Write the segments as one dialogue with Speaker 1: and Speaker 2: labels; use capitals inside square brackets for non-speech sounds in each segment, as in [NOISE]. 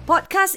Speaker 1: Podcast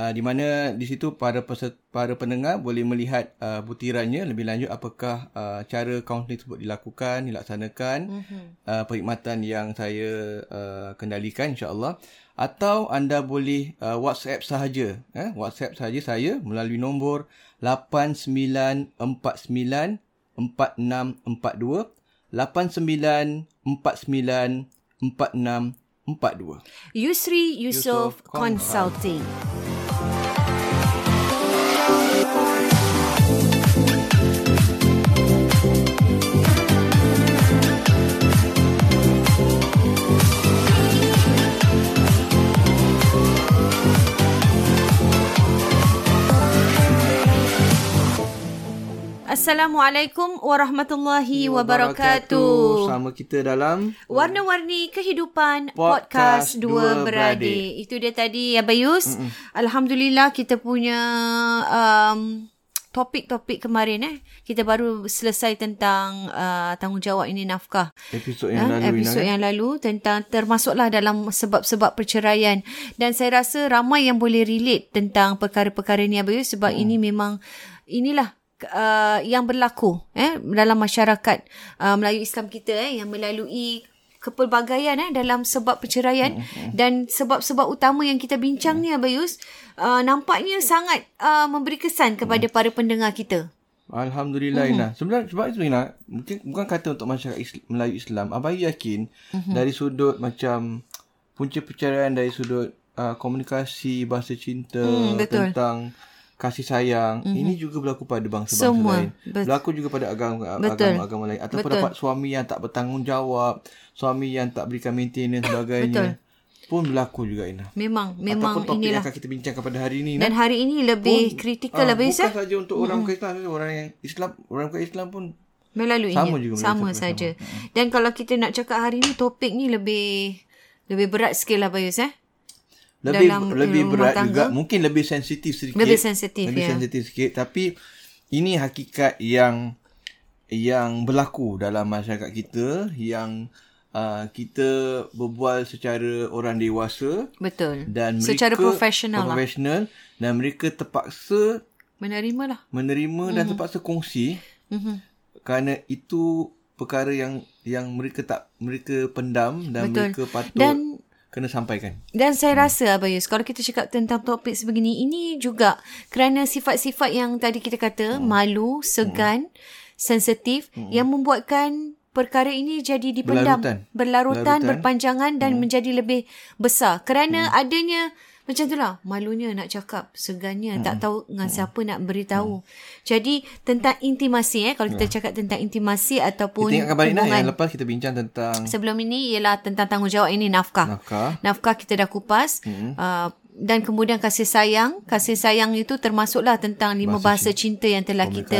Speaker 2: uh, di mana di situ para peset, para pendengar boleh melihat uh, butirannya lebih lanjut apakah uh, cara kaunseling tersebut dilakukan dilaksanakan mm-hmm. uh, perkhidmatan yang saya uh, kendalikan insyaallah atau anda boleh uh, WhatsApp sahaja eh WhatsApp sahaja saya melalui nombor 8949 4642 8949 4642
Speaker 1: Yusri Yusof, Yusof Consulting. Consulting. Assalamualaikum warahmatullahi wabarakatuh.
Speaker 2: Sama kita dalam
Speaker 1: Warna-warni kehidupan podcast, podcast dua beradik. beradik. Itu dia tadi ya Bayus. Mm-mm. Alhamdulillah kita punya um, topik-topik kemarin eh. Kita baru selesai tentang uh, tanggungjawab ini nafkah.
Speaker 2: Episod yang ha? lalu.
Speaker 1: Episod yang lalu tentang termasuklah dalam sebab-sebab perceraian dan saya rasa ramai yang boleh relate tentang perkara-perkara ni Abayus sebab hmm. ini memang inilah uh, yang berlaku eh dalam masyarakat uh, Melayu Islam kita eh yang melalui kepelbagaian eh dalam sebab perceraian
Speaker 2: Hmm,
Speaker 1: mm-hmm. dan sebab-sebab utama yang kita bincang mm-hmm. ni Abayus uh, nampaknya sangat uh, memberi kesan kepada mm-hmm.
Speaker 2: Hmm.
Speaker 1: para pendengar kita.
Speaker 2: Alhamdulillah mm-hmm. Ina. Sebenarnya sebab itu Ina mungkin bukan kata untuk masyarakat Islam, Melayu Islam. Abayu yakin mm-hmm. dari sudut macam punca perceraian dari sudut uh, komunikasi bahasa cinta mm, betul. tentang kasih sayang mm-hmm. ini juga berlaku pada bangsa-bangsa Semua. lain Betul. berlaku juga pada uh, agama-agama lain ataupun Betul. dapat suami yang tak bertanggungjawab suami yang tak berikan maintenance sebagainya Betul pun berlaku juga Ina.
Speaker 1: Memang, memang
Speaker 2: Ataupun topik inilah. yang akan kita bincangkan pada hari ini. eh? Ah,
Speaker 1: Dan hari ini lebih kritikal uh, lebih
Speaker 2: Bukan saja untuk orang hmm. Islam, orang yang Islam, orang bukan Islam pun
Speaker 1: melalui sama juga sama saja. Sama. Dan kalau kita nak cakap hari ni topik ni lebih lebih berat sikit lah Bayus eh
Speaker 2: lebih dalam lebih berat tangga. juga mungkin lebih sensitif sedikit
Speaker 1: lebih sensitif ya.
Speaker 2: lebih sensitif sikit tapi ini hakikat yang yang berlaku dalam masyarakat kita yang uh, kita berbual secara orang dewasa
Speaker 1: betul
Speaker 2: dan mereka
Speaker 1: secara profesional
Speaker 2: profesional lah. dan mereka terpaksa
Speaker 1: menerimalah
Speaker 2: menerima mm-hmm. dan terpaksa kongsi
Speaker 1: Mhm.
Speaker 2: mm-hmm. kerana itu perkara yang yang mereka tak mereka pendam dan betul. mereka patut
Speaker 1: dan
Speaker 2: kena sampaikan.
Speaker 1: Dan saya hmm. rasa Abayus, kalau kita cakap tentang topik sebegini, ini juga kerana sifat-sifat yang tadi kita kata, hmm. malu, segan, hmm. sensitif, hmm. yang membuatkan perkara ini jadi dipendam.
Speaker 2: Berlarutan.
Speaker 1: Berlarutan, Berlarutan. berpanjangan dan hmm. menjadi lebih besar. Kerana hmm. adanya macam itulah malunya nak cakap segannya hmm. tak tahu dengan hmm. siapa nak beritahu hmm. jadi tentang intimasi eh kalau kita ya. cakap tentang intimasi ataupun
Speaker 2: kita ingatkan balik hubungan, yang lepas kita bincang
Speaker 1: Hmm.
Speaker 2: tentang
Speaker 1: sebelum ini ialah tentang tanggungjawab ini nafkah
Speaker 2: nafkah,
Speaker 1: nafkah kita dah kupas hmm. uh, dan kemudian kasih sayang kasih sayang itu termasuklah tentang lima bahasa, bahasa cinta, cinta yang telah kita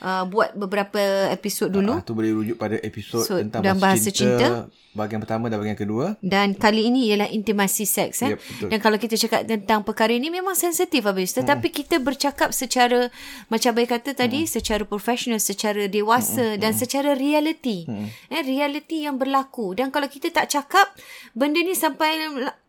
Speaker 1: uh, buat beberapa episod dulu
Speaker 2: itu uh, boleh rujuk pada episod so, tentang dan bahasa, bahasa cinta, cinta bahagian pertama dan bahagian kedua
Speaker 1: dan kali ini ialah intimasi seks eh yep, betul. dan kalau kita cakap tentang perkara ini memang sensitif habis tetapi hmm. kita bercakap secara macam baik kata tadi hmm. secara profesional secara dewasa hmm. dan hmm. secara reality hmm. eh reality yang berlaku dan kalau kita tak cakap benda ni sampai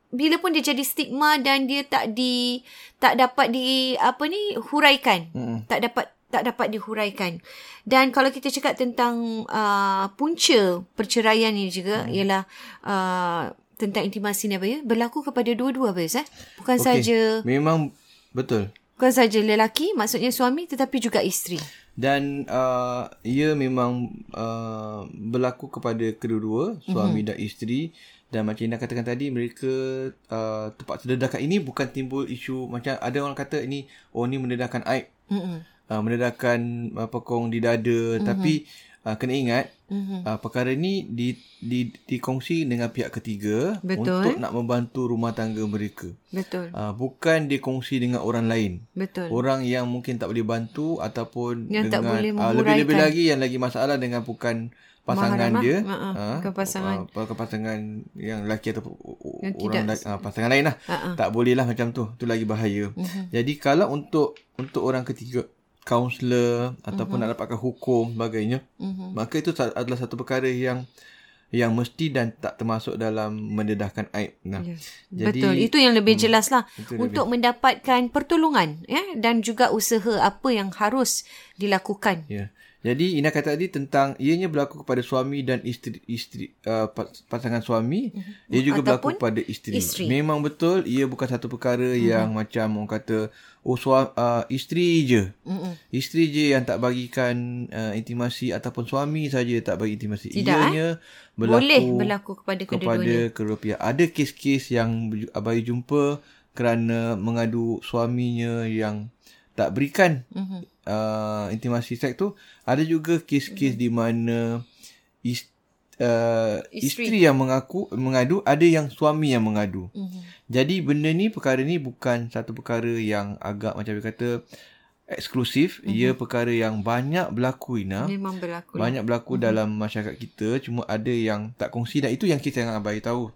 Speaker 1: bila pun dia jadi stigma dan dia tak di tak dapat di apa ni huraikan hmm. tak dapat tak dapat dihuraikan dan kalau kita cakap tentang uh, punca perceraian ini juga hmm. ialah uh, tentang intimasi ni apa ya berlaku kepada dua-dua apa ya eh? bukan okay. saja
Speaker 2: memang betul
Speaker 1: bukan saja lelaki maksudnya suami tetapi juga isteri.
Speaker 2: Dan uh, ia memang uh, berlaku kepada kedua-dua, suami mm-hmm. dan isteri. Dan macam Ina katakan tadi, mereka uh, terpaksa dedahkan. Ini bukan timbul isu, macam ada orang kata ini, oh ni mendedahkan aib.
Speaker 1: Mm-mm.
Speaker 2: Uh, mendedahkan uh, pekong di dada. Mm-hmm. Tapi uh, kena ingat,
Speaker 1: Mhm.
Speaker 2: uh, perkara ni di, di, dikongsi dengan pihak ketiga
Speaker 1: Betul.
Speaker 2: untuk nak membantu rumah tangga mereka.
Speaker 1: Betul.
Speaker 2: Uh, bukan dikongsi dengan orang lain.
Speaker 1: Betul.
Speaker 2: Orang yang mungkin tak boleh bantu ataupun
Speaker 1: Yang tak
Speaker 2: dengan
Speaker 1: boleh
Speaker 2: ah, lebih-lebih lagi yang lagi masalah dengan bukan pasangan
Speaker 1: Mahram,
Speaker 2: dia,
Speaker 1: ah. Ah, ah,
Speaker 2: ah,
Speaker 1: bukan pasangan.
Speaker 2: ah, bukan pasangan yang lelaki atau
Speaker 1: Yang
Speaker 2: orang
Speaker 1: tidak-
Speaker 2: la- ah, pasangan lain lah.
Speaker 1: Ah, ah.
Speaker 2: Tak boleh lah macam tu. Tu lagi bahaya.
Speaker 1: Mhm.
Speaker 2: Jadi kalau untuk untuk orang ketiga kaunselor ataupun nak dapatkan hukum sebagainya,
Speaker 1: Mhm.
Speaker 2: maka itu sa- adalah satu perkara yang yang mesti dan tak termasuk dalam mendedahkan aib. Nah,
Speaker 1: Ya.
Speaker 2: jadi- hmm,
Speaker 1: Betul. Itu yang lebih jelas lah.
Speaker 2: Itu lebih-
Speaker 1: Untuk mendapatkan pertolongan ya, dan juga usaha apa yang harus dilakukan.
Speaker 2: Ya. Jadi Ina kata tadi tentang ianya berlaku kepada suami dan isteri isteri uh, pas- pasangan suami, ia juga
Speaker 1: Mhm. Ataupun
Speaker 2: berlaku kepada isteri.
Speaker 1: isteri. Mhm.
Speaker 2: Memang betul ia bukan satu perkara yang macam orang kata oh suami uh, isteri je.
Speaker 1: Mm-mm.
Speaker 2: Isteri je yang tak bagikan uh, intimasi ataupun suami saja tak bagi intimasi.
Speaker 1: Tidak, eh?
Speaker 2: ianya berlaku
Speaker 1: Boleh berlaku kepada
Speaker 2: kepada
Speaker 1: kedua-duanya.
Speaker 2: kedua pihak. Ada kes-kes yang ju- abai jumpa kerana mengadu suaminya yang tak berikan
Speaker 1: Mhm.
Speaker 2: uh, intimasi seks tu ada juga kes-kes
Speaker 1: Mhm.
Speaker 2: di mana is, uh,
Speaker 1: Isteri.
Speaker 2: isteri. yang mengaku mengadu ada yang suami yang mengadu.
Speaker 1: Mhm.
Speaker 2: Jadi benda ni perkara ni bukan satu perkara yang agak macam dia kata eksklusif, mm-hmm.
Speaker 1: Mhm.
Speaker 2: ia perkara yang banyak berlaku Ina.
Speaker 1: Memang berlaku. lah.
Speaker 2: ha? Banyak berlaku mm-hmm. dalam masyarakat kita cuma ada yang tak kongsi dan itu yang kita yang abai tahu.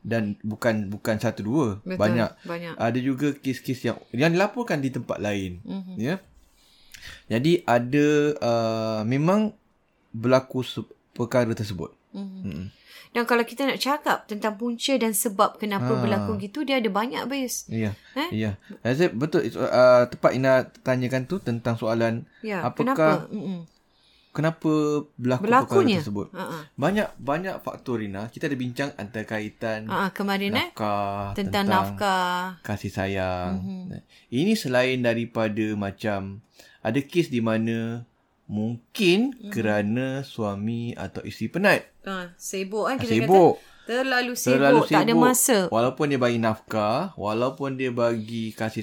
Speaker 2: Dan bukan bukan satu dua,
Speaker 1: Betul.
Speaker 2: banyak.
Speaker 1: Banyak.
Speaker 2: Ada juga kes-kes yang yang dilaporkan di tempat lain
Speaker 1: Mhm.
Speaker 2: ya. Jadi ada uh, memang berlaku se- perkara tersebut.
Speaker 1: Mhm.
Speaker 2: Mm-mm.
Speaker 1: Dan kalau kita nak cakap tentang punca dan sebab kenapa
Speaker 2: Ah.
Speaker 1: berlaku gitu, dia ada banyak bias.
Speaker 2: Ya.
Speaker 1: Eh?
Speaker 2: Ya. Azib betul itu, uh, tepat Ina tanyakan tu tentang soalan
Speaker 1: Ya,
Speaker 2: Apakah-
Speaker 1: kenapa? Mm-mm.
Speaker 2: kenapa berlaku
Speaker 1: Berlakunya.
Speaker 2: perkara tersebut.
Speaker 1: Ha ah.
Speaker 2: Banyak banyak faktor Ina. Kita ada bincang antara kaitan
Speaker 1: Ha ah, kemarin eh
Speaker 2: nafkah,
Speaker 1: tentang, nafkah. Mhm.
Speaker 2: kasih sayang. Mm-hmm. Ini selain daripada macam ada kes di mana
Speaker 1: Mhm.
Speaker 2: mungkin mm-hmm. kerana suami atau isteri penat,
Speaker 1: Ha, sibuk kan kita
Speaker 2: sibuk.
Speaker 1: kata. Terlalu sibuk,
Speaker 2: Terlalu sibuk.
Speaker 1: tak ada masa.
Speaker 2: Walaupun dia bagi nafkah, walaupun dia bagi kasih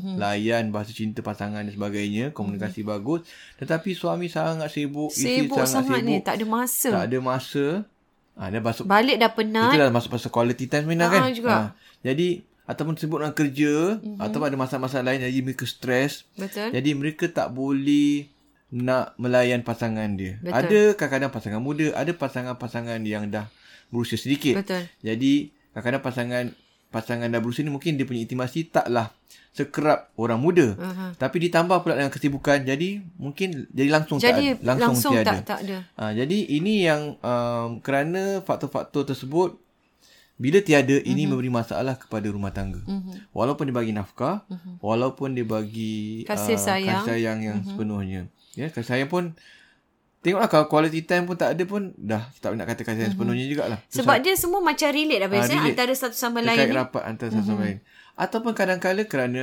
Speaker 1: Mhm.
Speaker 2: mm-hmm. layan bahasa cinta pasangan dan sebagainya, komunikasi mm-hmm. bagus, tetapi suami sangat sibuk, isteri
Speaker 1: Sibuk
Speaker 2: Oh, sangat
Speaker 1: sangat
Speaker 2: sibuk,
Speaker 1: ni, tak ada masa.
Speaker 2: tak ada masa. Ah, dia masuk
Speaker 1: Balik dah penat.
Speaker 2: itulah masuk pasal quality time sebenarnya
Speaker 1: eh? Ah,
Speaker 2: kan.
Speaker 1: juga. Mhm.
Speaker 2: Ah, jadi ataupun sibuk dengan kerja mm-hmm. ataupun ada masalah-masalah lain jadi mereka stres.
Speaker 1: Betul.
Speaker 2: Jadi mereka tak boleh nak melayan pasangan dia.
Speaker 1: Betul.
Speaker 2: Ada kadang-kadang pasangan muda, ada pasangan-pasangan yang dah berusia sedikit.
Speaker 1: Betul.
Speaker 2: Jadi kadang-kadang pasangan pasangan dah berusia ni mungkin dia punya intimasi taklah sekerap orang muda.
Speaker 1: Aha.
Speaker 2: Tapi ditambah pula dengan kesibukan. Jadi mungkin jadi langsung
Speaker 1: Jadi
Speaker 2: tak langsung,
Speaker 1: langsung,
Speaker 2: tiada.
Speaker 1: tak tak ada.
Speaker 2: Ha, jadi ini yang um, kerana faktor-faktor tersebut bila tiada ini
Speaker 1: Mhm.
Speaker 2: mm-hmm. memberi masalah kepada rumah tangga. Mm-hmm. Walaupun dia bagi nafkah, mm-hmm. walaupun dia
Speaker 1: Mhm.
Speaker 2: bagi ah,
Speaker 1: Kasih sayang. Mhm.
Speaker 2: kasih sayang yang mm-hmm. sepenuhnya. Ya, kasih sayang pun tengoklah kalau quality time pun tak ada pun dah tak nak kata
Speaker 1: Mhm.
Speaker 2: kasih sayang mm-hmm. sepenuhnya jugalah. Tu
Speaker 1: Sebab dia semua macam relate dah biasanya
Speaker 2: Ah, relate.
Speaker 1: antara satu sama
Speaker 2: terkait
Speaker 1: lain ni.
Speaker 2: rapat antara satu
Speaker 1: Mhm.
Speaker 2: sama lain. Ataupun kadang-kala kerana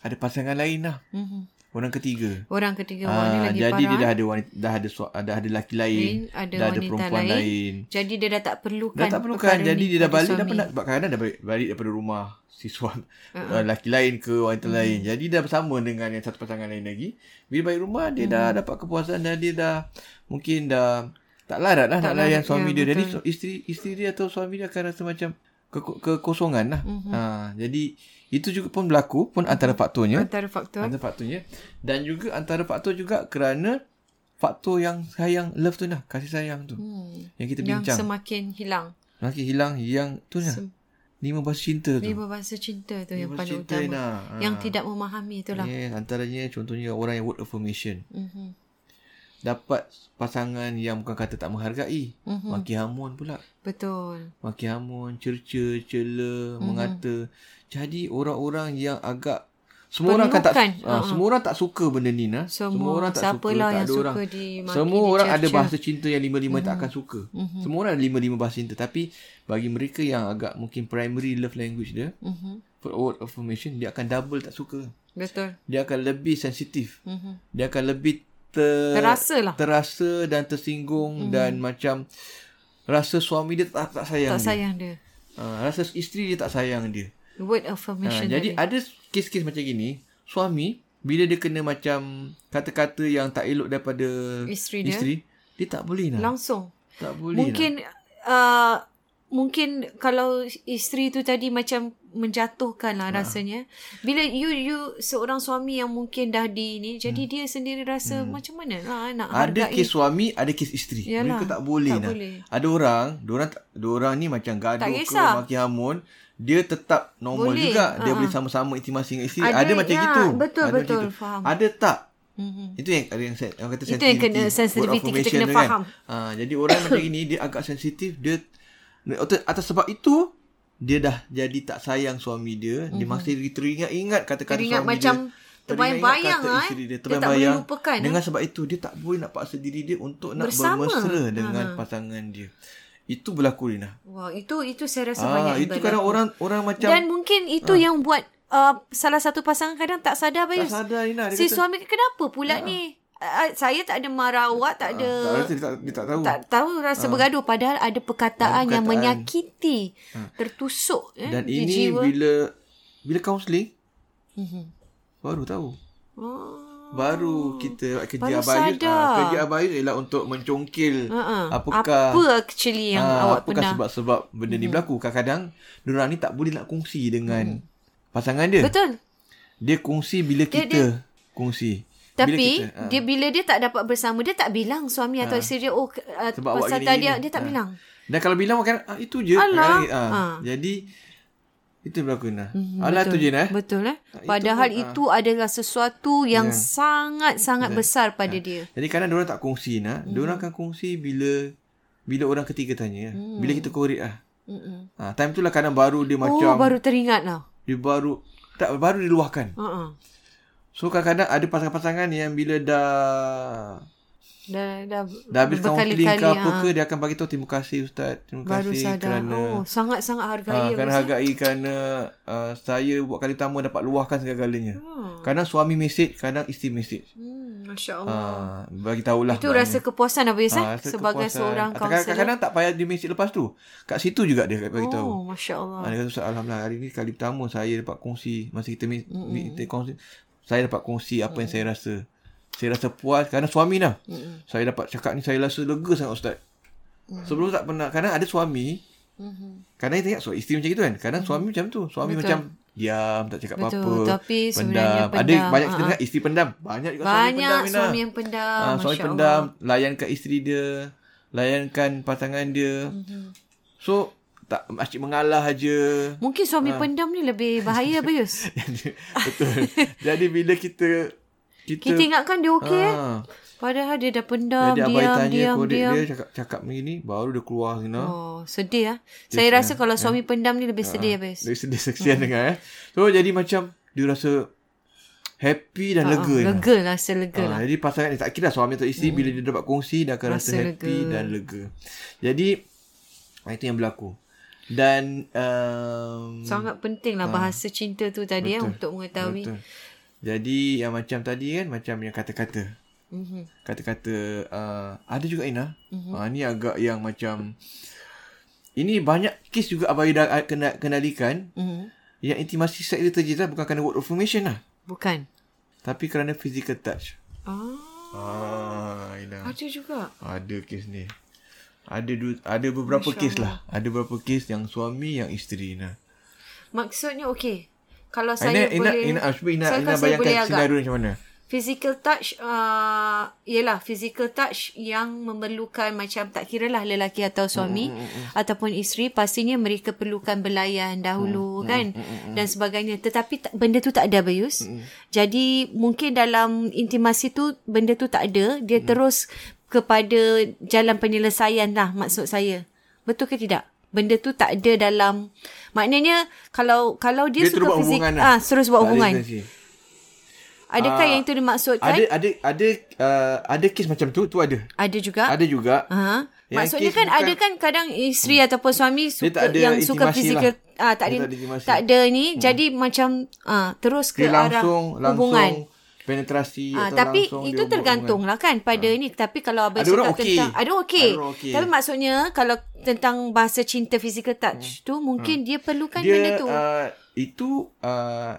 Speaker 2: ada pasangan lain lah.
Speaker 1: Mhm.
Speaker 2: Orang ketiga.
Speaker 1: Orang ketiga orang ni
Speaker 2: Ah,
Speaker 1: lagi
Speaker 2: jadi
Speaker 1: parah.
Speaker 2: dia dah ada wanita, dah ada sua- dah ada lelaki
Speaker 1: Lain,
Speaker 2: lain,
Speaker 1: ada
Speaker 2: dah ada
Speaker 1: wanita
Speaker 2: perempuan
Speaker 1: lain.
Speaker 2: lain.
Speaker 1: Jadi dia dah tak perlukan.
Speaker 2: Dah tak perlukan.
Speaker 1: perkara
Speaker 2: Jadi
Speaker 1: Kan? ni
Speaker 2: dia dah
Speaker 1: pada
Speaker 2: balik dah
Speaker 1: suami.
Speaker 2: penat. Sebab kadang-kadang dah balik, balik daripada rumah si suami. [LAUGHS] Uh-huh. Lelaki lain ke wanita uh-huh. lain. Jadi dah bersama dengan yang satu pasangan lain lagi. Bila balik rumah dia uh-huh. dah dapat kepuasan dan dia dah mungkin dah tak larat lah nak
Speaker 1: larat,
Speaker 2: layan suami
Speaker 1: ya,
Speaker 2: dia. Jadi
Speaker 1: betul.
Speaker 2: su- isteri isteri dia atau suami dia akan rasa macam ke, kekosongan lah.
Speaker 1: Mm-hmm.
Speaker 2: Uh-huh. Ha, jadi itu juga pun berlaku pun antara faktornya.
Speaker 1: Antara faktor.
Speaker 2: Antara faktornya. Dan juga antara faktor juga kerana faktor yang sayang love tu lah. Kasih sayang tu.
Speaker 1: Hmm.
Speaker 2: Yang kita
Speaker 1: Yang
Speaker 2: bincang.
Speaker 1: semakin hilang.
Speaker 2: Lelaki hilang yang tu lah.
Speaker 1: Sem-
Speaker 2: Lima bahasa cinta tu.
Speaker 1: Lima bahasa cinta Ah. tu yang
Speaker 2: bahasa
Speaker 1: paling
Speaker 2: cinta,
Speaker 1: utama.
Speaker 2: Nah.
Speaker 1: Yang lah. tidak memahami itulah.
Speaker 2: Yeah, antaranya contohnya orang yang word affirmation.
Speaker 1: Mhm.
Speaker 2: Dapat pasangan yang bukan kata tak menghargai.
Speaker 1: Mhm.
Speaker 2: Maki hamun pula.
Speaker 1: Betul.
Speaker 2: Maki hamun, cerca,
Speaker 1: Mhm.
Speaker 2: cela, mengata. Jadi orang-orang yang agak semua orang kan tak
Speaker 1: Perlukan. Ah,
Speaker 2: uh, semua orang tak suka benda ni nah.
Speaker 1: Semua,
Speaker 2: orang tak suka,
Speaker 1: siapalah
Speaker 2: tak
Speaker 1: yang
Speaker 2: ada
Speaker 1: suka
Speaker 2: orang.
Speaker 1: dimaki,
Speaker 2: Semua orang ada
Speaker 1: dicerca.
Speaker 2: bahasa cinta yang lima-lima
Speaker 1: Mhm.
Speaker 2: tak akan suka. Semua orang ada lima-lima bahasa cinta tapi bagi mereka yang agak mungkin primary love language dia,
Speaker 1: Mhm.
Speaker 2: word of affirmation dia akan double tak suka.
Speaker 1: Betul. Mhm.
Speaker 2: Dia akan lebih sensitif. Mm-hmm. Dia akan lebih ter,
Speaker 1: Terasa lah. Hmm.
Speaker 2: terasa dan tersinggung mm-hmm. dan macam rasa suami dia tak, tak sayang
Speaker 1: Tak
Speaker 2: dia.
Speaker 1: sayang dia.
Speaker 2: Uh, rasa isteri dia tak sayang dia.
Speaker 1: Word
Speaker 2: Ha,
Speaker 1: affirmation.
Speaker 2: jadi
Speaker 1: tadi.
Speaker 2: ada kes-kes macam gini, suami bila dia kena macam kata-kata yang tak elok daripada
Speaker 1: Isteri dia.
Speaker 2: isteri dia tak boleh lah.
Speaker 1: langsung.
Speaker 2: Tak boleh lah.
Speaker 1: Mungkin uh, mungkin kalau isteri tu tadi macam menjatuhkan
Speaker 2: Ah.
Speaker 1: lah rasanya. Bila you you seorang suami yang mungkin dah di ni, jadi dia sendiri rasa macam mana lah nak
Speaker 2: Hmm. Ada
Speaker 1: hargai.
Speaker 2: kes suami, ada kes isteri.
Speaker 1: Yalah,
Speaker 2: Mereka tak boleh
Speaker 1: tak
Speaker 2: lah.
Speaker 1: boleh.
Speaker 2: Ada orang, orang orang ni macam gaduh
Speaker 1: Tak
Speaker 2: ke
Speaker 1: kisah.
Speaker 2: maki hamun, dia tetap normal
Speaker 1: Boleh,
Speaker 2: juga. Dia
Speaker 1: ha-ha.
Speaker 2: boleh sama-sama intimasi dengan isteri.
Speaker 1: Ada,
Speaker 2: Ada, macam
Speaker 1: ya,
Speaker 2: gitu.
Speaker 1: betul,
Speaker 2: ada macam
Speaker 1: betul,
Speaker 2: gitu.
Speaker 1: faham.
Speaker 2: Ada tak?
Speaker 1: Mhm.
Speaker 2: Itu yang ada yang, saya- orang kata
Speaker 1: Itu yang kena
Speaker 2: word
Speaker 1: sensitivity, kita
Speaker 2: affirmation
Speaker 1: kena
Speaker 2: tu
Speaker 1: faham.
Speaker 2: Ha, jadi orang macam gini dia agak sensitif dia atas- atas sebab itu dia dah jadi tak sayang suami dia.
Speaker 1: Mm-hmm.
Speaker 2: Dia masih teringat-ingat kata-kata
Speaker 1: Teringat
Speaker 2: Kan suami
Speaker 1: macam
Speaker 2: dia.
Speaker 1: terbayang-bayang
Speaker 2: Teringat
Speaker 1: lah,
Speaker 2: kata
Speaker 1: eh. Dia
Speaker 2: isteri Dia,
Speaker 1: tak boleh
Speaker 2: terbayang-bayang.
Speaker 1: lupakan, eh.
Speaker 2: Dengan sebab itu dia tak boleh nak paksa diri dia untuk nak
Speaker 1: Bersama. Ha,
Speaker 2: bermesra dengan pasangan dia. Itu berlaku Rina.
Speaker 1: Wah, itu itu saya rasa banyak
Speaker 2: Ah,
Speaker 1: yang
Speaker 2: itu
Speaker 1: berlaku.
Speaker 2: kadang orang orang macam Ah.
Speaker 1: Dan mungkin itu yang buat uh, salah satu pasangan kadang tak sadar Bayus.
Speaker 2: sadar, Ina. Dia
Speaker 1: Si
Speaker 2: kata- Ah.
Speaker 1: suami kenapa pula ni? Uh, saya tak ada marah awak, tak ada
Speaker 2: tak rasa dia tak, dia tak tahu.
Speaker 1: tak tahu rasa bergaduh padahal ada perkataan,
Speaker 2: Ada perkataan. Ah.
Speaker 1: yang menyakiti, tertusuk eh,
Speaker 2: Dan
Speaker 1: di
Speaker 2: ini
Speaker 1: jiwa. Mhm.
Speaker 2: bila bila counselling baru tahu.
Speaker 1: oh,
Speaker 2: Baru kita buat kerja
Speaker 1: Baru
Speaker 2: abayus.
Speaker 1: sadar.
Speaker 2: ah, kerja abayus ialah untuk mencongkil
Speaker 1: uh-uh.
Speaker 2: apakah
Speaker 1: apa actually yang
Speaker 2: ah,
Speaker 1: awak
Speaker 2: apakah
Speaker 1: pernah Hmm.
Speaker 2: sebab-sebab benda ni berlaku. Kadang-kadang diorang ni tak boleh nak kongsi dengan pasangan dia.
Speaker 1: Betul.
Speaker 2: Dia kongsi bila kita
Speaker 1: Hmm. dia-
Speaker 2: kongsi. bila
Speaker 1: Tapi
Speaker 2: kita, ah.
Speaker 1: dia bila dia tak dapat bersama dia tak bilang suami atau isteri dia oh ke- uh,
Speaker 2: Sebab awak
Speaker 1: pasal
Speaker 2: gini,
Speaker 1: tadi
Speaker 2: gini.
Speaker 1: dia tak
Speaker 2: Ah.
Speaker 1: bilang.
Speaker 2: Dan kalau bilang makan ah, itu je.
Speaker 1: Alah.
Speaker 2: Kadang-kadang, ah.
Speaker 1: Ah. Hmm,
Speaker 2: Jadi itu yang berlaku Nah. Alah tu je nah.
Speaker 1: Betul eh.
Speaker 2: itu
Speaker 1: Padahal
Speaker 2: pun, ah. Ya.
Speaker 1: itu, adalah sesuatu yang sangat-sangat besar pada dia.
Speaker 2: Jadi kadang diorang tak kongsi nah. Hmm. Diorang akan kongsi bila bila orang ketiga tanya. Hmm. Bila kita korek ah.
Speaker 1: Mm-mm.
Speaker 2: Ha, time tu lah kadang baru dia
Speaker 1: Oh
Speaker 2: macam
Speaker 1: baru teringat lah.
Speaker 2: dia baru tak baru diluahkan.
Speaker 1: Uh-uh.
Speaker 2: So kadang-kadang ada pasangan-pasangan yang bila dah
Speaker 1: Dah dah,
Speaker 2: dah habis
Speaker 1: berkali-kali,
Speaker 2: counseling ke apa
Speaker 1: ah.
Speaker 2: ke dia akan bagi tahu terima kasih ustaz, terima
Speaker 1: baru
Speaker 2: kasih
Speaker 1: sadar.
Speaker 2: kerana
Speaker 1: oh sangat-sangat hargai
Speaker 2: Ah,
Speaker 1: ya,
Speaker 2: kerana
Speaker 1: Gus, eh.
Speaker 2: hargai kerana uh, saya buat kali pertama dapat luahkan segala-galanya. Kadang suami mesej, kadang isteri mesej.
Speaker 1: Hmm, Masya Allah.
Speaker 2: Ah, bagi tahulah.
Speaker 1: Itu rasa kepuasan apa Yus ha,
Speaker 2: Ah, rasa
Speaker 1: sebagai
Speaker 2: kepuasan.
Speaker 1: seorang
Speaker 2: Ah,
Speaker 1: kaunselor.
Speaker 2: Kadang-kadang tak payah dia mesej lepas tu. Kat situ juga dia bagi tahu.
Speaker 1: Oh, Masya Allah.
Speaker 2: Ha, dia kata Ustaz Alhamdulillah hari ni kali pertama saya dapat kongsi masa kita meet, meet kita kongsi saya dapat kongsi apa yang saya rasa. Saya rasa puas kerana suami dah. Mm-mm. Saya dapat cakap ni saya rasa lega sangat Ustaz. Mm. Sebelum tak pernah kadang ada suami mm-hmm. kadang kita ingat so, isteri macam gitu kan. Kadang mm. suami macam tu. Suami Betul. macam diam tak cakap
Speaker 1: Mm-hmm. Betul,
Speaker 2: apa-apa.
Speaker 1: tapi sebenarnya
Speaker 2: Ada
Speaker 1: pendam.
Speaker 2: banyak kita
Speaker 1: Ha-ha.
Speaker 2: dengar isteri pendam. Banyak juga suami
Speaker 1: Banyak
Speaker 2: pendam. Mina.
Speaker 1: suami yang pendam.
Speaker 2: Ah,
Speaker 1: Masya
Speaker 2: suami
Speaker 1: Allah.
Speaker 2: pendam, layankan isteri dia, layankan pasangan dia. Mm-hmm.
Speaker 1: Mhm.
Speaker 2: So, tak asyik mengalah aja. [LAUGHS]
Speaker 1: Mungkin suami
Speaker 2: Ah.
Speaker 1: pendam ni lebih bahaya apa Yus?
Speaker 2: Jadi,
Speaker 1: [LAUGHS]
Speaker 2: Betul. Jadi bila kita kita,
Speaker 1: Kita ingatkan dia okey eh.
Speaker 2: ah,
Speaker 1: Padahal dia dah pendam,
Speaker 2: jadi
Speaker 1: diam,
Speaker 2: abai tanya
Speaker 1: diam,
Speaker 2: kodek
Speaker 1: diam.
Speaker 2: dia cakap cakap begini baru dia keluar kena.
Speaker 1: Oh, sedih ah. Saya
Speaker 2: lah.
Speaker 1: rasa kalau
Speaker 2: Eh.
Speaker 1: suami pendam ni
Speaker 2: Ah.
Speaker 1: lebih sedih apa Yus?
Speaker 2: Dia sedih seksian
Speaker 1: Hmm.
Speaker 2: dengar eh. So jadi macam dia rasa happy dan lega. ni.
Speaker 1: Lega lah, saya lega lah. Hmm.
Speaker 2: Ah, jadi pasangan ni tak kira suami atau isteri bila dia dapat kongsi dia akan rasa,
Speaker 1: Rasa
Speaker 2: happy
Speaker 1: lega.
Speaker 2: dan lega. Jadi ah, itu yang berlaku. Dan um,
Speaker 1: Sangat penting lah bahasa cinta tu tadi ya untuk mengetahui.
Speaker 2: Betul. Jadi yang macam tadi kan macam yang kata-kata.
Speaker 1: Mhm.
Speaker 2: Kata-kata uh, ada juga Ina. Mm-hmm. Uh, ni agak yang macam ini banyak kes juga abai dah ah, kena kenalikan
Speaker 1: Mhm.
Speaker 2: yang intimasi seks dia terjejas bukan kerana word affirmation lah.
Speaker 1: Bukan.
Speaker 2: Tapi kerana physical touch.
Speaker 1: Ah,
Speaker 2: Ah, Ina.
Speaker 1: ada juga.
Speaker 2: Ada kes ni. Ada du- ada beberapa kes lah. Ada beberapa kes yang suami yang isteri Ina.
Speaker 1: Maksudnya okey. Kalau
Speaker 2: Ah, Ina
Speaker 1: saya
Speaker 2: Ina
Speaker 1: boleh
Speaker 2: Ina, Ina, Ina,
Speaker 1: saya
Speaker 2: Ina
Speaker 1: rasa saya boleh
Speaker 2: bayangkan
Speaker 1: agak
Speaker 2: senario macam mana?
Speaker 1: physical touch uh, ialah physical touch yang memerlukan macam tak kiralah lelaki atau suami mm, ataupun isteri pastinya mereka perlukan belayan dahulu mm, kan mm, dan sebagainya tetapi tak, benda tu tak ada Bayus mm. jadi mungkin dalam intimasi tu benda tu tak ada dia mm. terus kepada jalan penyelesaian lah maksud saya betul ke tidak benda tu tak ada dalam maknanya kalau kalau dia,
Speaker 2: Dia
Speaker 1: suka
Speaker 2: terus buat
Speaker 1: fizik
Speaker 2: hubungan lah.
Speaker 1: ah terus buat
Speaker 2: Tak ada
Speaker 1: hubungan
Speaker 2: intensi.
Speaker 1: adakah
Speaker 2: Ah,
Speaker 1: yang itu dimaksudkan
Speaker 2: Ada ada ada uh, ada kes macam tu tu ada.
Speaker 1: Ada juga.
Speaker 2: Ada juga.
Speaker 1: Ha. Maksudnya
Speaker 2: kes
Speaker 1: kan
Speaker 2: bukan-
Speaker 1: ada kan kadang isteri hmm. ataupun suami suka
Speaker 2: tak ada
Speaker 1: yang suka
Speaker 2: intimasi
Speaker 1: fizikal lah. ah tak ada
Speaker 2: Dia tak ada intimasi.
Speaker 1: tak ada ni hmm. jadi macam ah terus ke
Speaker 2: Dia
Speaker 1: arah
Speaker 2: langsung langsung
Speaker 1: hubungan.
Speaker 2: penetrasi
Speaker 1: Ah,
Speaker 2: atau
Speaker 1: tapi
Speaker 2: langsung
Speaker 1: itu
Speaker 2: dia
Speaker 1: tergantung
Speaker 2: berhubungan.
Speaker 1: lah kan pada ni. Tapi kalau abang
Speaker 2: Ada orang
Speaker 1: cakap
Speaker 2: okey.
Speaker 1: tentang... Ada orang okey.
Speaker 2: Ada orang okey.
Speaker 1: Tapi maksudnya kalau tentang bahasa cinta physical touch tu mungkin dia perlukan
Speaker 2: Hmm. dia,
Speaker 1: kan benda tu.
Speaker 2: Uh, itu uh,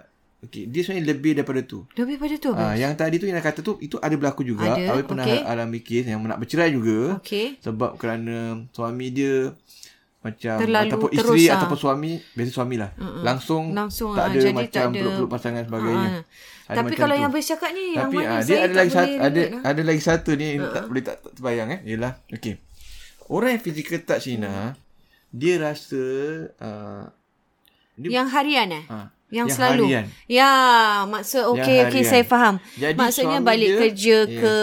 Speaker 2: okay, dia sebenarnya lebih daripada tu.
Speaker 1: Lebih pada tu abang?
Speaker 2: Ah, yang tadi tu yang nak kata tu itu ada berlaku juga.
Speaker 1: Hmm. Ada,
Speaker 2: Abi pernah
Speaker 1: okey.
Speaker 2: alami kes yang nak bercerai juga.
Speaker 1: Okey.
Speaker 2: Sebab kerana suami dia macam
Speaker 1: Terlalu
Speaker 2: ataupun
Speaker 1: terus
Speaker 2: isteri
Speaker 1: lah.
Speaker 2: ataupun suami, biasa suamilah. Uh-uh. Langsung,
Speaker 1: Langsung, ah,
Speaker 2: tak ada
Speaker 1: jadi tak
Speaker 2: macam
Speaker 1: ada-
Speaker 2: peluk-peluk pasangan sebagainya.
Speaker 1: Ah, ah. Tapi
Speaker 2: macam
Speaker 1: kalau
Speaker 2: tu.
Speaker 1: yang abang cakap ni yang
Speaker 2: Tapi
Speaker 1: mana
Speaker 2: ah, dia
Speaker 1: saya
Speaker 2: ada
Speaker 1: tak
Speaker 2: lagi satu
Speaker 1: boleh
Speaker 2: ada
Speaker 1: relate lah. ah.
Speaker 2: ada lagi satu ni uh tak boleh tak, tak terbayang eh ialah okey. Orang yang physical touch ni nah dia rasa uh,
Speaker 1: Yang harian eh?
Speaker 2: Ah,
Speaker 1: Yang,
Speaker 2: yang
Speaker 1: selalu.
Speaker 2: harian.
Speaker 1: Ya, maksud okey
Speaker 2: Yang
Speaker 1: okey
Speaker 2: harian.
Speaker 1: saya faham.
Speaker 2: Jadi
Speaker 1: Maksudnya
Speaker 2: suami
Speaker 1: balik
Speaker 2: dia-
Speaker 1: kerja
Speaker 2: Ya.
Speaker 1: ke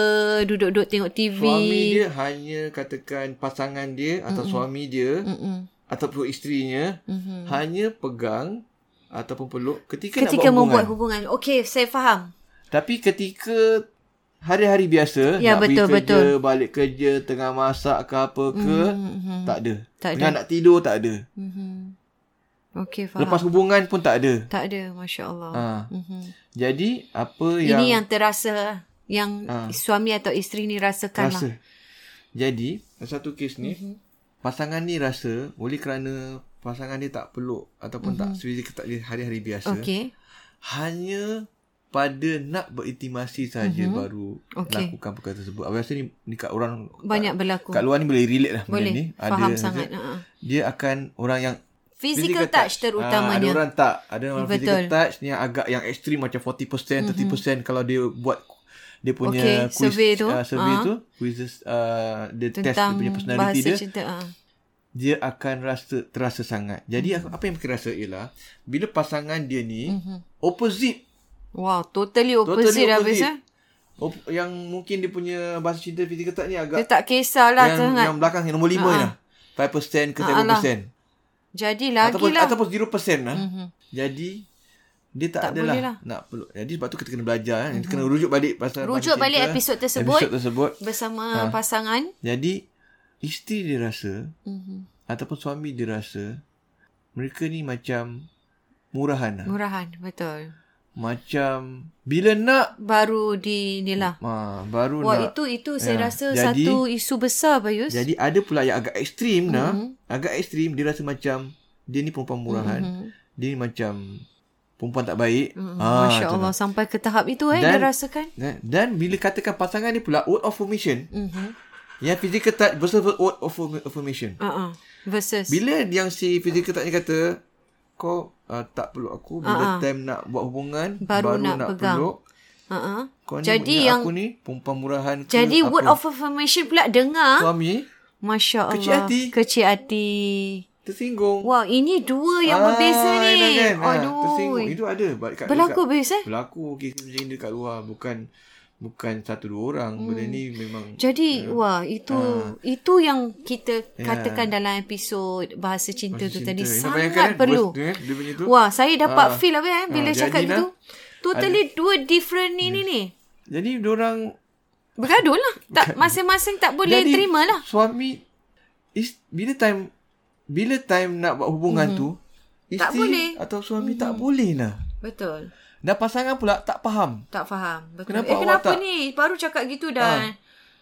Speaker 1: duduk-duduk tengok TV.
Speaker 2: suami dia hanya katakan pasangan dia atau suami dia
Speaker 1: Mm-mm. Mm-hmm.
Speaker 2: ataupun isterinya hanya pegang ataupun peluk ketika,
Speaker 1: Ketika
Speaker 2: nak buat hubungan.
Speaker 1: membuat hubungan. Okey, saya faham.
Speaker 2: Tapi ketika hari-hari biasa
Speaker 1: Ya,
Speaker 2: nak
Speaker 1: betul,
Speaker 2: pergi kerja,
Speaker 1: betul.
Speaker 2: balik kerja, tengah masak ke apa ke,
Speaker 1: mhm.
Speaker 2: tak ada.
Speaker 1: Tak ada.
Speaker 2: tengah nak tidur tak ada.
Speaker 1: Mhm. Okey, faham.
Speaker 2: Lepas hubungan pun tak ada.
Speaker 1: Tak ada, Masya Allah.
Speaker 2: Ha.
Speaker 1: Mhm.
Speaker 2: Jadi apa yang Ah.
Speaker 1: Ini yang terasa, yang suami atau isteri ni rasakan lah. Mhm.
Speaker 2: rasa. Jadi, satu kes ni mm-hmm. pasangan ni rasa oleh kerana pasangan dia tak peluk ataupun mm-hmm. tak seperti tak dia hari-hari biasa.
Speaker 1: Mhm. Okey.
Speaker 2: Hanya pada nak berintimasi saja mm-hmm. baru
Speaker 1: Mhm. Okey.
Speaker 2: okay. lakukan perkara tersebut. Aku rasa ni ni kat orang
Speaker 1: Banyak berlaku.
Speaker 2: kat luar ni boleh relate lah benda
Speaker 1: Boleh.
Speaker 2: ni.
Speaker 1: faham
Speaker 2: rasa-
Speaker 1: sangat. Ha.
Speaker 2: Dia akan orang yang
Speaker 1: Physical, touch,
Speaker 2: Ah, ada
Speaker 1: terutamanya.
Speaker 2: orang tak. Ada
Speaker 1: Betul. Mhm.
Speaker 2: orang Betul. physical touch ni yang agak yang ekstrim macam 40%, mm-hmm. 30% kalau dia buat dia punya
Speaker 1: Okey,
Speaker 2: quiz,
Speaker 1: survey tu.
Speaker 2: Uh, survey
Speaker 1: Ah.
Speaker 2: tu, quizzes, uh, dia test dia
Speaker 1: tentang
Speaker 2: punya personality
Speaker 1: bahasa
Speaker 2: dia,
Speaker 1: cinta. Ha.
Speaker 2: dia akan rasa terasa sangat. Jadi
Speaker 1: Mhm.
Speaker 2: mm-hmm. apa yang kita rasa ialah bila pasangan dia ni mm-hmm. opposite,
Speaker 1: Wow, totally Mhm. opposite,
Speaker 2: totally
Speaker 1: totally habis
Speaker 2: opposite.
Speaker 1: eh.
Speaker 2: Op- yang mungkin dia punya bahasa cinta physical touch ni
Speaker 1: Dia
Speaker 2: agak
Speaker 1: tak kisahlah
Speaker 2: yang,
Speaker 1: sangat.
Speaker 2: yang belakang yang nombor 5 ni lah. 5% ke 7%.
Speaker 1: Ah, alah. Jadi lagi
Speaker 2: ataupun
Speaker 1: lah. Mhm.
Speaker 2: ataupun 0% lah. Mm-hmm. Jadi dia tak,
Speaker 1: Tak
Speaker 2: tak
Speaker 1: boleh
Speaker 2: adalah
Speaker 1: lah. Mhm.
Speaker 2: lah. nak peluk. Jadi sebab tu kita kena belajar kan. Kita kena rujuk balik pasal
Speaker 1: Rujuk
Speaker 2: pasal
Speaker 1: balik
Speaker 2: cinta,
Speaker 1: episod tersebut.
Speaker 2: Episod Ha. tersebut.
Speaker 1: bersama pasangan.
Speaker 2: Jadi isteri dia rasa
Speaker 1: Mhm.
Speaker 2: ataupun suami dia rasa mereka ni macam murahan lah.
Speaker 1: Murahan, betul.
Speaker 2: Macam bila nak
Speaker 1: Baru di ni lah.
Speaker 2: ha, baru
Speaker 1: Wah,
Speaker 2: nak.
Speaker 1: itu itu saya
Speaker 2: Ya.
Speaker 1: rasa
Speaker 2: Jadi-
Speaker 1: satu isu besar, Bayus.
Speaker 2: Jadi ada pula yang agak ekstrim mm-hmm.
Speaker 1: Mhm.
Speaker 2: lah. Agak ekstrim dia rasa macam dia ni perempuan murahan.
Speaker 1: Mhm.
Speaker 2: Mm-hmm. Dia ni macam perempuan tak baik.
Speaker 1: Mm,
Speaker 2: Mm-hmm.
Speaker 1: Masya Allah sampai ke tahap itu eh dia
Speaker 2: Dan-
Speaker 1: rasakan.
Speaker 2: Dan, dan bila katakan pasangan dia pula word of formation.
Speaker 1: Mhm.
Speaker 2: Yang physical touch versus word of form- affirmation.
Speaker 1: Uh-uh. Versus.
Speaker 2: Bila yang si physical touch ni kata kau uh, tak peluk aku bila uh time nak buat hubungan
Speaker 1: Ah, Baru
Speaker 2: baru,
Speaker 1: nak
Speaker 2: nak,
Speaker 1: pegang.
Speaker 2: peluk
Speaker 1: uh-uh.
Speaker 2: kau ni
Speaker 1: Jadi
Speaker 2: jadi yang
Speaker 1: yang-
Speaker 2: aku ni perempuan murahan ke
Speaker 1: Jadi
Speaker 2: apa?
Speaker 1: word of affirmation pula dengar.
Speaker 2: suami
Speaker 1: Masya Allah.
Speaker 2: Kecil hati.
Speaker 1: Kecil hati.
Speaker 2: tersinggung
Speaker 1: Wow, ini dua yang berbeza
Speaker 2: Ah,
Speaker 1: ni.
Speaker 2: kan, kan? Ah,
Speaker 1: Aduh.
Speaker 2: tersinggung itu ada ba- kat,
Speaker 1: Berlaku
Speaker 2: dekat,
Speaker 1: Bayus eh.
Speaker 2: berlaku kes macam ni dekat luar bukan bukan satu dua orang hmm. benda ni memang Ya.
Speaker 1: Jadi wah itu
Speaker 2: Ah.
Speaker 1: itu yang kita katakan dalam episod bahasa cinta tu tadi
Speaker 2: Nak bayangkan,
Speaker 1: sangat
Speaker 2: eh,
Speaker 1: perlu.
Speaker 2: burst tu, eh, dia punya tu
Speaker 1: Wah, saya dapat
Speaker 2: Ah.
Speaker 1: feel apa eh bila
Speaker 2: Ah,
Speaker 1: cakap
Speaker 2: jadi
Speaker 1: gitu.
Speaker 2: lah,
Speaker 1: Totally dua different ni ni ni.
Speaker 2: jadi orang
Speaker 1: Bergaduh lah. Tak masing-masing tak boleh
Speaker 2: Jadi,
Speaker 1: terima lah.
Speaker 2: Suami is, bila time bila time nak buat hubungan mm-hmm. tu
Speaker 1: Mhm.
Speaker 2: isteri
Speaker 1: Tak boleh. Mhm.
Speaker 2: atau suami mm-hmm. tak boleh lah.
Speaker 1: Betul.
Speaker 2: Dan pasangan pula tak faham.
Speaker 1: Tak faham. Betul.
Speaker 2: Kenapa
Speaker 1: eh
Speaker 2: awak
Speaker 1: kenapa
Speaker 2: tak- Ah.
Speaker 1: ni? Baru cakap gitu dah.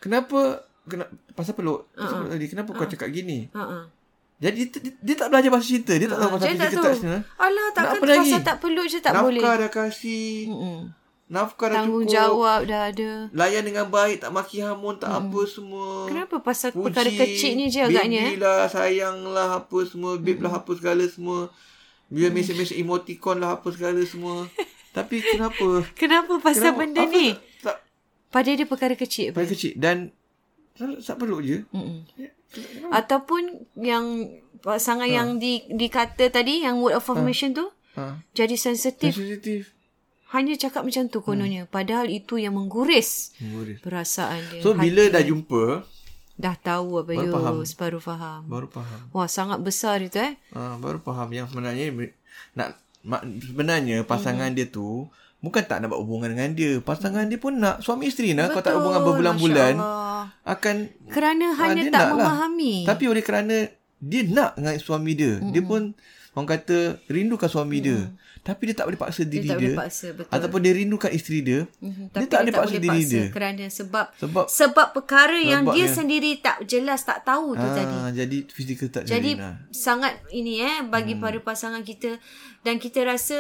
Speaker 2: Kenapa kena pasal peluk? Pasal peluk tadi kenapa kau cakap gini?
Speaker 1: Ha ah.
Speaker 2: Jadi dia, dia, dia tak belajar pasal cerita, dia tak tahu pasal
Speaker 1: Jadi Ah, tak
Speaker 2: cerita
Speaker 1: tahu.
Speaker 2: tak sebenarnya.
Speaker 1: Alah takkan
Speaker 2: apa
Speaker 1: pasal
Speaker 2: lagi?
Speaker 1: tak perlu je tak
Speaker 2: nafkah
Speaker 1: boleh.
Speaker 2: dah kasih,
Speaker 1: Mm-mm.
Speaker 2: nafkah dah cukup.
Speaker 1: Tanggungjawab dah ada.
Speaker 2: Layan dengan baik, tak maki hamun, tak apa semua.
Speaker 1: Kenapa pasal
Speaker 2: Puji,
Speaker 1: perkara kecil ni je agaknya eh?
Speaker 2: Baby lah, sayang lah, apa semua. Babe lah, apa segala semua. Bila mesej-mesej emoticon lah, apa segala
Speaker 1: [LAUGHS]
Speaker 2: semua. Tapi kenapa?
Speaker 1: Kenapa pasal
Speaker 2: lah. kenapa?
Speaker 1: benda
Speaker 2: Apa
Speaker 1: ni?
Speaker 2: Tak,
Speaker 1: Pada dia perkara kecil.
Speaker 2: paling kecil. Dan, tak tak perlu je.
Speaker 1: Mm-mm. Ataupun yang pasangan yang di, dikata tadi, yang word of affirmation tu,
Speaker 2: Ha.
Speaker 1: jadi sensitif.
Speaker 2: Sensitif.
Speaker 1: Hanya cakap macam tu kononnya.
Speaker 2: Hmm.
Speaker 1: Padahal itu yang mengguris perasaan dia.
Speaker 2: So,
Speaker 1: Hati
Speaker 2: bila dah jumpa,
Speaker 1: dah tahu apa
Speaker 2: Baru faham.
Speaker 1: Yus, baru faham.
Speaker 2: baru faham.
Speaker 1: Wah, sangat besar itu eh. Hmm.
Speaker 2: Ha, baru faham yang sebenarnya, nak, mak, sebenarnya pasangan dia tu, bukan tak nak buat hubungan dengan dia. Pasangan dia pun nak suami isteri nak kau tak
Speaker 1: Betul,
Speaker 2: hubungan berbulan-bulan
Speaker 1: Masya Allah.
Speaker 2: akan
Speaker 1: Ah, Kerana
Speaker 2: Hmm. ah,
Speaker 1: hanya
Speaker 2: dia
Speaker 1: tak
Speaker 2: nak
Speaker 1: memahami.
Speaker 2: Lah. Tapi oleh kerana dia nak dengan suami dia, mm-hmm. dia pun orang kata rindukan suami mm. dia. Tapi dia tak boleh paksa diri
Speaker 1: tak boleh
Speaker 2: dia.
Speaker 1: paksa, betul.
Speaker 2: Ataupun dia rindukan isteri dia.
Speaker 1: Mhm,
Speaker 2: Mm-hmm. Dia
Speaker 1: tapi
Speaker 2: tak boleh paksa diri dia.
Speaker 1: kerana sebab sebab,
Speaker 2: Sebab-
Speaker 1: sebab perkara yang
Speaker 2: sebab
Speaker 1: dia
Speaker 2: yang-
Speaker 1: sendiri tak jelas tak tahu tu tadi.
Speaker 2: Ah, jadi fizikal tak
Speaker 1: Jadi
Speaker 2: jadi. Nah.
Speaker 1: sangat ini eh bagi hmm. para pasangan kita dan kita rasa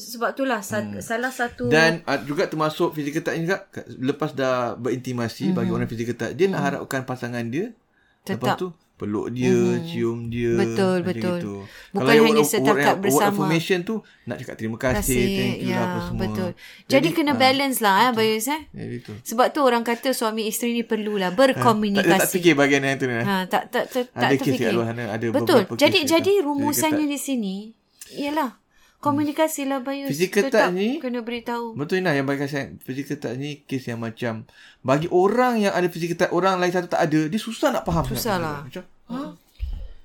Speaker 1: sebab itulah hmm. salah satu
Speaker 2: Dan uh, juga termasuk fizikal tak juga ke- lepas dah berintimasi mm-hmm. bagi orang fizikal tak dia mm-hmm. nak harapkan pasangan dia
Speaker 1: Tetap.
Speaker 2: lepas tu peluk dia, mm-hmm. cium dia.
Speaker 1: Betul,
Speaker 2: macam
Speaker 1: betul.
Speaker 2: Gitu.
Speaker 1: Bukan hanya
Speaker 2: yang word- word-
Speaker 1: setakat
Speaker 2: word
Speaker 1: bersama.
Speaker 2: affirmation tu nak cakap terima kasih,
Speaker 1: kasih Ya,
Speaker 2: thank you lah apa semua.
Speaker 1: betul. Jadi, kena
Speaker 2: ah,
Speaker 1: balance lah eh Bayus eh.
Speaker 2: Ya, betul.
Speaker 1: Sebab tu orang kata suami isteri ni perlulah
Speaker 2: Ha, Tak, tak, tak
Speaker 1: berkomunikasi.
Speaker 2: fikir bahagian yang tu ni.
Speaker 1: Ha, tak tak tak, tak
Speaker 2: Ada kes
Speaker 1: terfikir.
Speaker 2: kat luar sana, ada
Speaker 1: Betul.
Speaker 2: beberapa kes
Speaker 1: Jadi
Speaker 2: kat-
Speaker 1: jadi
Speaker 2: jadi
Speaker 1: rumusannya di sini ialah komunikasi lah Bayus.
Speaker 2: Physical
Speaker 1: Tetap
Speaker 2: touch ni-
Speaker 1: kena beritahu.
Speaker 2: Betul Inah yang bagi saya physical touch ni kes yang macam bagi orang yang ada physical touch orang lain satu tak ada dia susah nak faham.
Speaker 1: Susah
Speaker 2: nak
Speaker 1: lah.
Speaker 2: Macam, ha?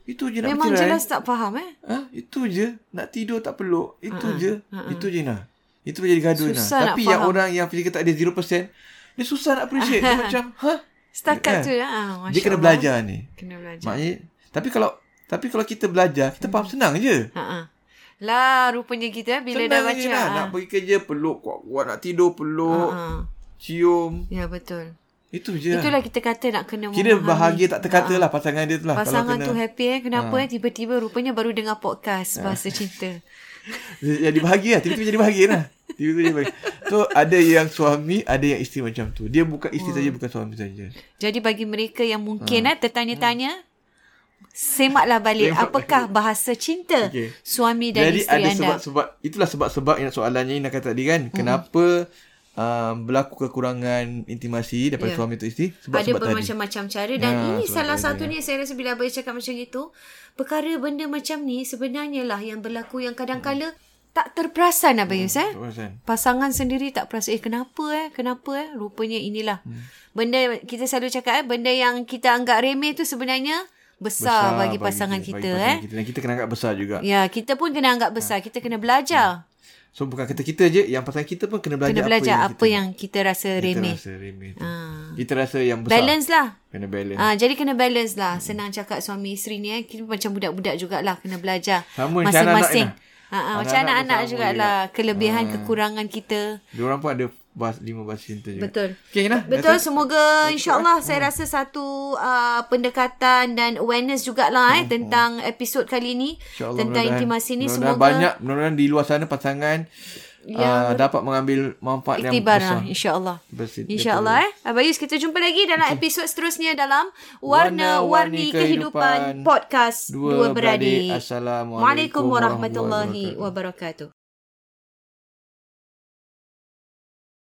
Speaker 2: Itu je nak
Speaker 1: Memang
Speaker 2: bercerai.
Speaker 1: jelas tak faham eh.
Speaker 2: Ha? Itu je nak tidur tak peluk. Itu uh-uh. je. Uh-uh. Itu je Inah. Itu jadi gaduh Inah.
Speaker 1: Susah nak
Speaker 2: Tapi yang
Speaker 1: faham.
Speaker 2: orang yang physical touch dia 0% dia susah nak appreciate.
Speaker 1: [LAUGHS]
Speaker 2: dia macam ha?
Speaker 1: Setakat
Speaker 2: Eh,
Speaker 1: tu ah, Masya
Speaker 2: Dia kena
Speaker 1: Allah.
Speaker 2: belajar ni.
Speaker 1: Kena belajar.
Speaker 2: Maknanya tapi kalau tapi kalau kita belajar kita faham senang je.
Speaker 1: Ha ah. Lah rupanya kita eh, bila
Speaker 2: Senang
Speaker 1: dah
Speaker 2: je
Speaker 1: baca.
Speaker 2: Inah.
Speaker 1: ah.
Speaker 2: Nak pergi kerja peluk kuat-kuat nak tidur peluk.
Speaker 1: Ha, ah.
Speaker 2: Cium.
Speaker 1: Ya betul.
Speaker 2: Itu je. lah.
Speaker 1: Itulah kita kata nak kena
Speaker 2: Ya. Kira
Speaker 1: memahami.
Speaker 2: bahagia tak terkata lah pasangan dia tu lah.
Speaker 1: Pasangan
Speaker 2: kalau
Speaker 1: tu
Speaker 2: kena, Ha. Ya.
Speaker 1: happy eh Kenapa eh Tiba-tiba rupanya baru dengar podcast Bahasa cinta
Speaker 2: [LAUGHS] Jadi bahagia lah. Tiba-tiba jadi bahagia lah. Tiba-tiba jadi bahagia. So ada yang suami, ada yang isteri macam tu. Dia bukan isteri saja, bukan suami saja.
Speaker 1: Jadi bagi mereka yang
Speaker 2: Ha.
Speaker 1: mungkin eh Tertanya-tanya Semaklah balik
Speaker 2: Semak
Speaker 1: Apakah bahasa cinta
Speaker 2: Okey.
Speaker 1: Suami dan
Speaker 2: Jadi
Speaker 1: isteri
Speaker 2: ada
Speaker 1: anda Hmm.
Speaker 2: sebab-sebab. Itulah sebab-sebab yang soalannya Ina kata tadi kan. Kenapa um, berlaku kekurangan intimasi daripada
Speaker 1: Ya.
Speaker 2: suami atau isteri?
Speaker 1: ada
Speaker 2: Sebab-sebab tadi.
Speaker 1: bermacam-macam cara dan
Speaker 2: Ya,
Speaker 1: ini
Speaker 2: sebab
Speaker 1: salah
Speaker 2: tadi,
Speaker 1: satu ni saya rasa bila abang cakap macam itu perkara benda macam ni sebenarnya lah yang berlaku yang kadang-kala
Speaker 2: Hmm.
Speaker 1: tak terperasan abang Yus eh
Speaker 2: Tak perasan.
Speaker 1: pasangan sendiri tak perasan eh kenapa eh kenapa eh rupanya inilah
Speaker 2: Hmm.
Speaker 1: benda kita selalu cakap eh benda yang kita anggap remeh tu sebenarnya besar, besar bagi pasangan
Speaker 2: bagi
Speaker 1: kita
Speaker 2: pasangan
Speaker 1: eh
Speaker 2: kita. Dan kita kena agak besar juga.
Speaker 1: ya kita pun kena anggap besar kita kena
Speaker 2: Hmm.
Speaker 1: belajar
Speaker 2: So bukan kata kita je, yang pasangan kita pun kena belajar,
Speaker 1: kena belajar apa,
Speaker 2: kita-
Speaker 1: yang kita, rasa remeh
Speaker 2: Kita rasa remeh. tu.
Speaker 1: Ah.
Speaker 2: Kita rasa yang besar. Ya.
Speaker 1: balance lah
Speaker 2: Kena balance.
Speaker 1: Ah, jadi kena balance lah. Senang cakap suami isteri ni eh. Kita macam budak-budak jugalah kena belajar
Speaker 2: Sama macam
Speaker 1: masing-masing.
Speaker 2: anak-anak
Speaker 1: Ha, ha, macam
Speaker 2: Anak-anak
Speaker 1: anak-anak
Speaker 2: pun sama Hmm.
Speaker 1: jugalah kelebihan kekurangan kita.
Speaker 2: Diorang pun ada bahas, lima bahasa cinta juga.
Speaker 1: Betul.
Speaker 2: Okay, Inah.
Speaker 1: Betul
Speaker 2: That's it. eh?
Speaker 1: semoga insyaallah saya rasa satu uh, pendekatan dan awareness jugalah eh tentang episod kali ni
Speaker 2: Hmm, InsyaAllah
Speaker 1: tentang
Speaker 2: mudah-mudahan-
Speaker 1: intimasi ni
Speaker 2: mudah-mudahan
Speaker 1: semoga Ya,
Speaker 2: banyak mudah-mudahan di luar sana pasangan uh, dapat mengambil manfaat yang
Speaker 1: iktibar lah
Speaker 2: besar.
Speaker 1: insyaallah.
Speaker 2: Bersih-
Speaker 1: InsyaAllah eh. Abang Yus kita jumpa lagi dalam episod seterusnya dalam Warna-Warni
Speaker 2: Warna-Warni
Speaker 1: Kehidupan
Speaker 2: Kehidupan
Speaker 1: Podcast
Speaker 2: Dua
Speaker 1: Dua Beradik.
Speaker 2: Beradik. Assalamualaikum
Speaker 1: Waalaikumsalam warahmatullahi
Speaker 2: warahmatullahi
Speaker 1: wabarakatuh.